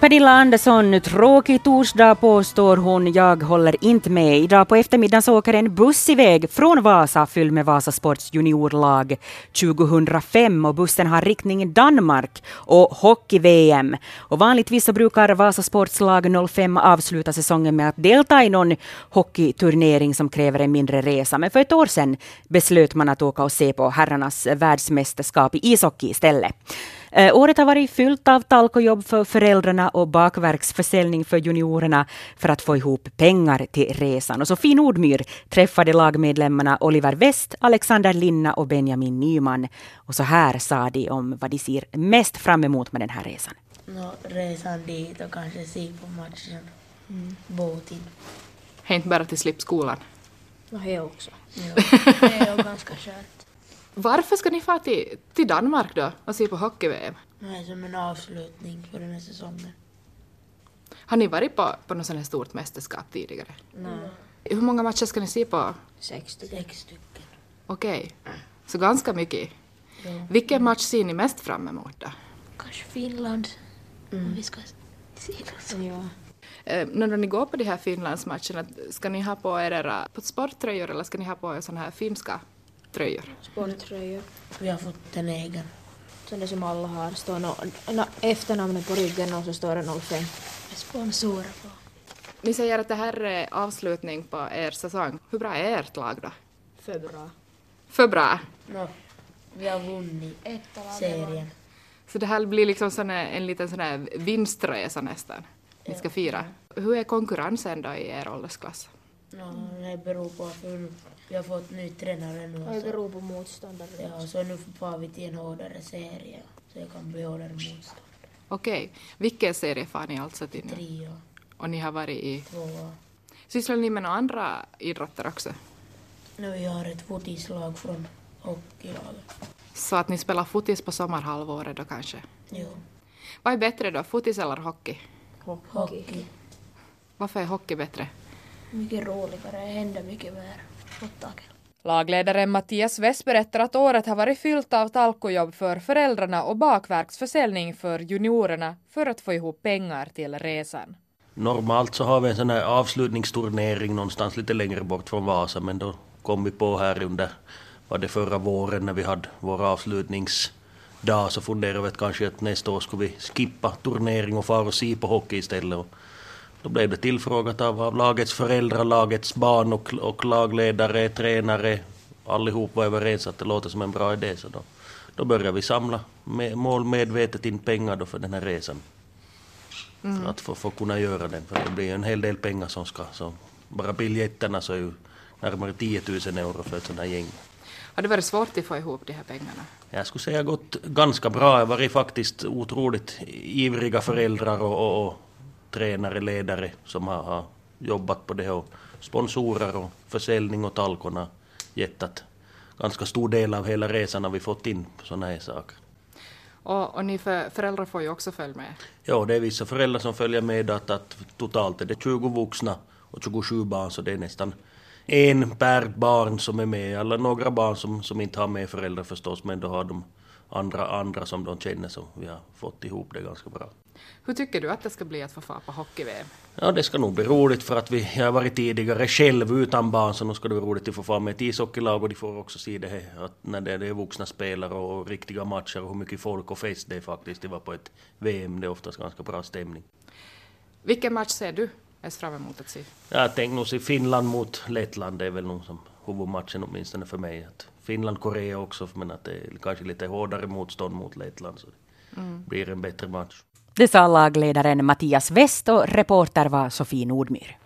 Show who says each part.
Speaker 1: Pernilla Andersson, tråkig torsdag påstår hon. Jag håller inte med. Idag på eftermiddagen så åker en buss iväg från Vasa fylld med Vasasports juniorlag 2005 och bussen har riktning Danmark och hockey-VM. Och vanligtvis så brukar Vasasports lag 05 avsluta säsongen med att delta i någon hockeyturnering som kräver en mindre resa. Men för ett år sedan beslöt man att åka och se på herrarnas världsmästerskap i ishockey istället. Eh, året har varit fyllt av talkojobb för föräldrarna och bakverksförsäljning för juniorerna för att få ihop pengar till resan. Och Sofie Nordmyr träffade lagmedlemmarna Oliver West, Alexander Linna och Benjamin Nyman. Och så här sa de om vad de ser mest fram emot med den här resan.
Speaker 2: Nå, resan dit och kanske se på matchen. Mm. Båten.
Speaker 3: Hej inte bara till slipskolan.
Speaker 4: No, det också.
Speaker 2: Ja, det är ju ganska skönt.
Speaker 3: Varför ska ni fara till, till Danmark då och se på hockey-VM?
Speaker 2: Det är som en avslutning för den här säsongen.
Speaker 3: Har ni varit på, på något sånt här stort mästerskap tidigare?
Speaker 4: Nej.
Speaker 3: Hur många matcher ska ni se på?
Speaker 4: Sex stycken.
Speaker 2: Sex stycken.
Speaker 3: Okej, så ganska mycket.
Speaker 2: Ja.
Speaker 3: Vilken match ser ni mest fram emot då?
Speaker 5: Kanske Finland. Om vi ska se något.
Speaker 4: Mm. Ja.
Speaker 3: Eh, när ni går på de här Finlandsmatcherna, ska ni ha på er era på sporttröjor eller ska ni ha på er såna här finska tröjor?
Speaker 4: Sporttröjor.
Speaker 2: Vi har fått en egen.
Speaker 4: Sådana som alla har. Står no, no, efternamnet på ryggen och så står det 05.
Speaker 5: Med sponsorer på.
Speaker 3: Ni säger att det här är avslutning på er säsong. Hur bra är ert lag då?
Speaker 4: För bra.
Speaker 3: För bra.
Speaker 2: Nå, vi har vunnit
Speaker 5: Ett av alla
Speaker 2: serien.
Speaker 3: Så det här blir liksom sån här, en liten sån här vinstresa nästan. Ni ska fira. Hur är konkurrensen då i er åldersklass?
Speaker 2: Nå, det beror på för vi har fått ny tränare nu.
Speaker 4: Och det
Speaker 2: så,
Speaker 4: beror på motståndare.
Speaker 2: ja, så nu far vi till en hårdare serie. Så det kan bli hårdare motstånd.
Speaker 3: Okej, vilken serie far ni alltså till nu?
Speaker 2: Trea,
Speaker 3: Och ni har varit i...
Speaker 2: tvåa.
Speaker 3: Sysslar ni med några andra idrotter också?
Speaker 2: Nu vi har ett fotislag från hockeylaget.
Speaker 3: Så att ni spelar fotis på sommarhalvåret då kanske?
Speaker 2: Jo,
Speaker 3: Vad är bättre då, fotis eller hockey?
Speaker 2: hockey.
Speaker 3: Varför är hockey bättre?
Speaker 5: Mycket roligare. Det händer mycket mer. Åttakel.
Speaker 6: Lagledaren Mattias West berättar att året har varit fyllt av talkojobb för föräldrarna och bakverksförsäljning för juniorerna för att få ihop pengar till resan.
Speaker 7: Normalt så har vi en sån här avslutningsturnering någonstans lite längre bort från Vasa men då kom vi på här under, var det förra våren när vi hade vår avslutningsdag så funderade vi att kanske att nästa år skulle vi skippa turnering och fara och se på hockey istället. Och då blev det tillfrågat av, av lagets föräldrar, lagets barn och, och lagledare, tränare. Allihop var överens att det låter som en bra idé så då, då började vi samla med, målmedvetet in pengar då för den här resan. För att få, få kunna göra den. För det blir ju en hel del pengar som ska... Så bara biljetterna så är ju närmare 10 000 euro för ett sånt här gäng.
Speaker 3: Har det varit svårt att få ihop de här pengarna?
Speaker 7: Jag skulle säga gått ganska bra. Jag har varit faktiskt otroligt ivriga föräldrar och, och, och tränare, ledare som har, har jobbat på det och sponsorer och försäljning och talkorna gett att ganska stor del av hela resan har vi fått in på såna här saker.
Speaker 3: Och, och ni för, föräldrar får ju också följa med.
Speaker 7: Ja, det är vissa föräldrar som följer med att, att totalt är det 20 vuxna och 27 barn så det är nästan en per barn som är med. Eller några barn som, som inte har med föräldrar förstås men då har de andra, andra som de känner som vi har fått ihop det ganska bra.
Speaker 3: Hur tycker du att det ska bli att få fara på hockey-VM?
Speaker 7: Ja, det ska nog bli roligt för att vi, jag har varit tidigare själv utan barn så nu ska det bli roligt att få vara med i ett ishockeylag och de får också se det här att när det, det är vuxna spelare och riktiga matcher och hur mycket folk och fest det är faktiskt. Det var på ett VM, det är oftast ganska bra stämning.
Speaker 3: Vilken match ser du mest fram emot att se?
Speaker 7: Jag tänkte nog se Finland mot Lettland, det är väl nog som huvudmatchen åtminstone för mig. Att Finland-Korea också, men att det är kanske lite hårdare motstånd mot Lettland så det blir en bättre match.
Speaker 1: Det sa lagledaren Mattias West och reporter var Sofie Nordmyr.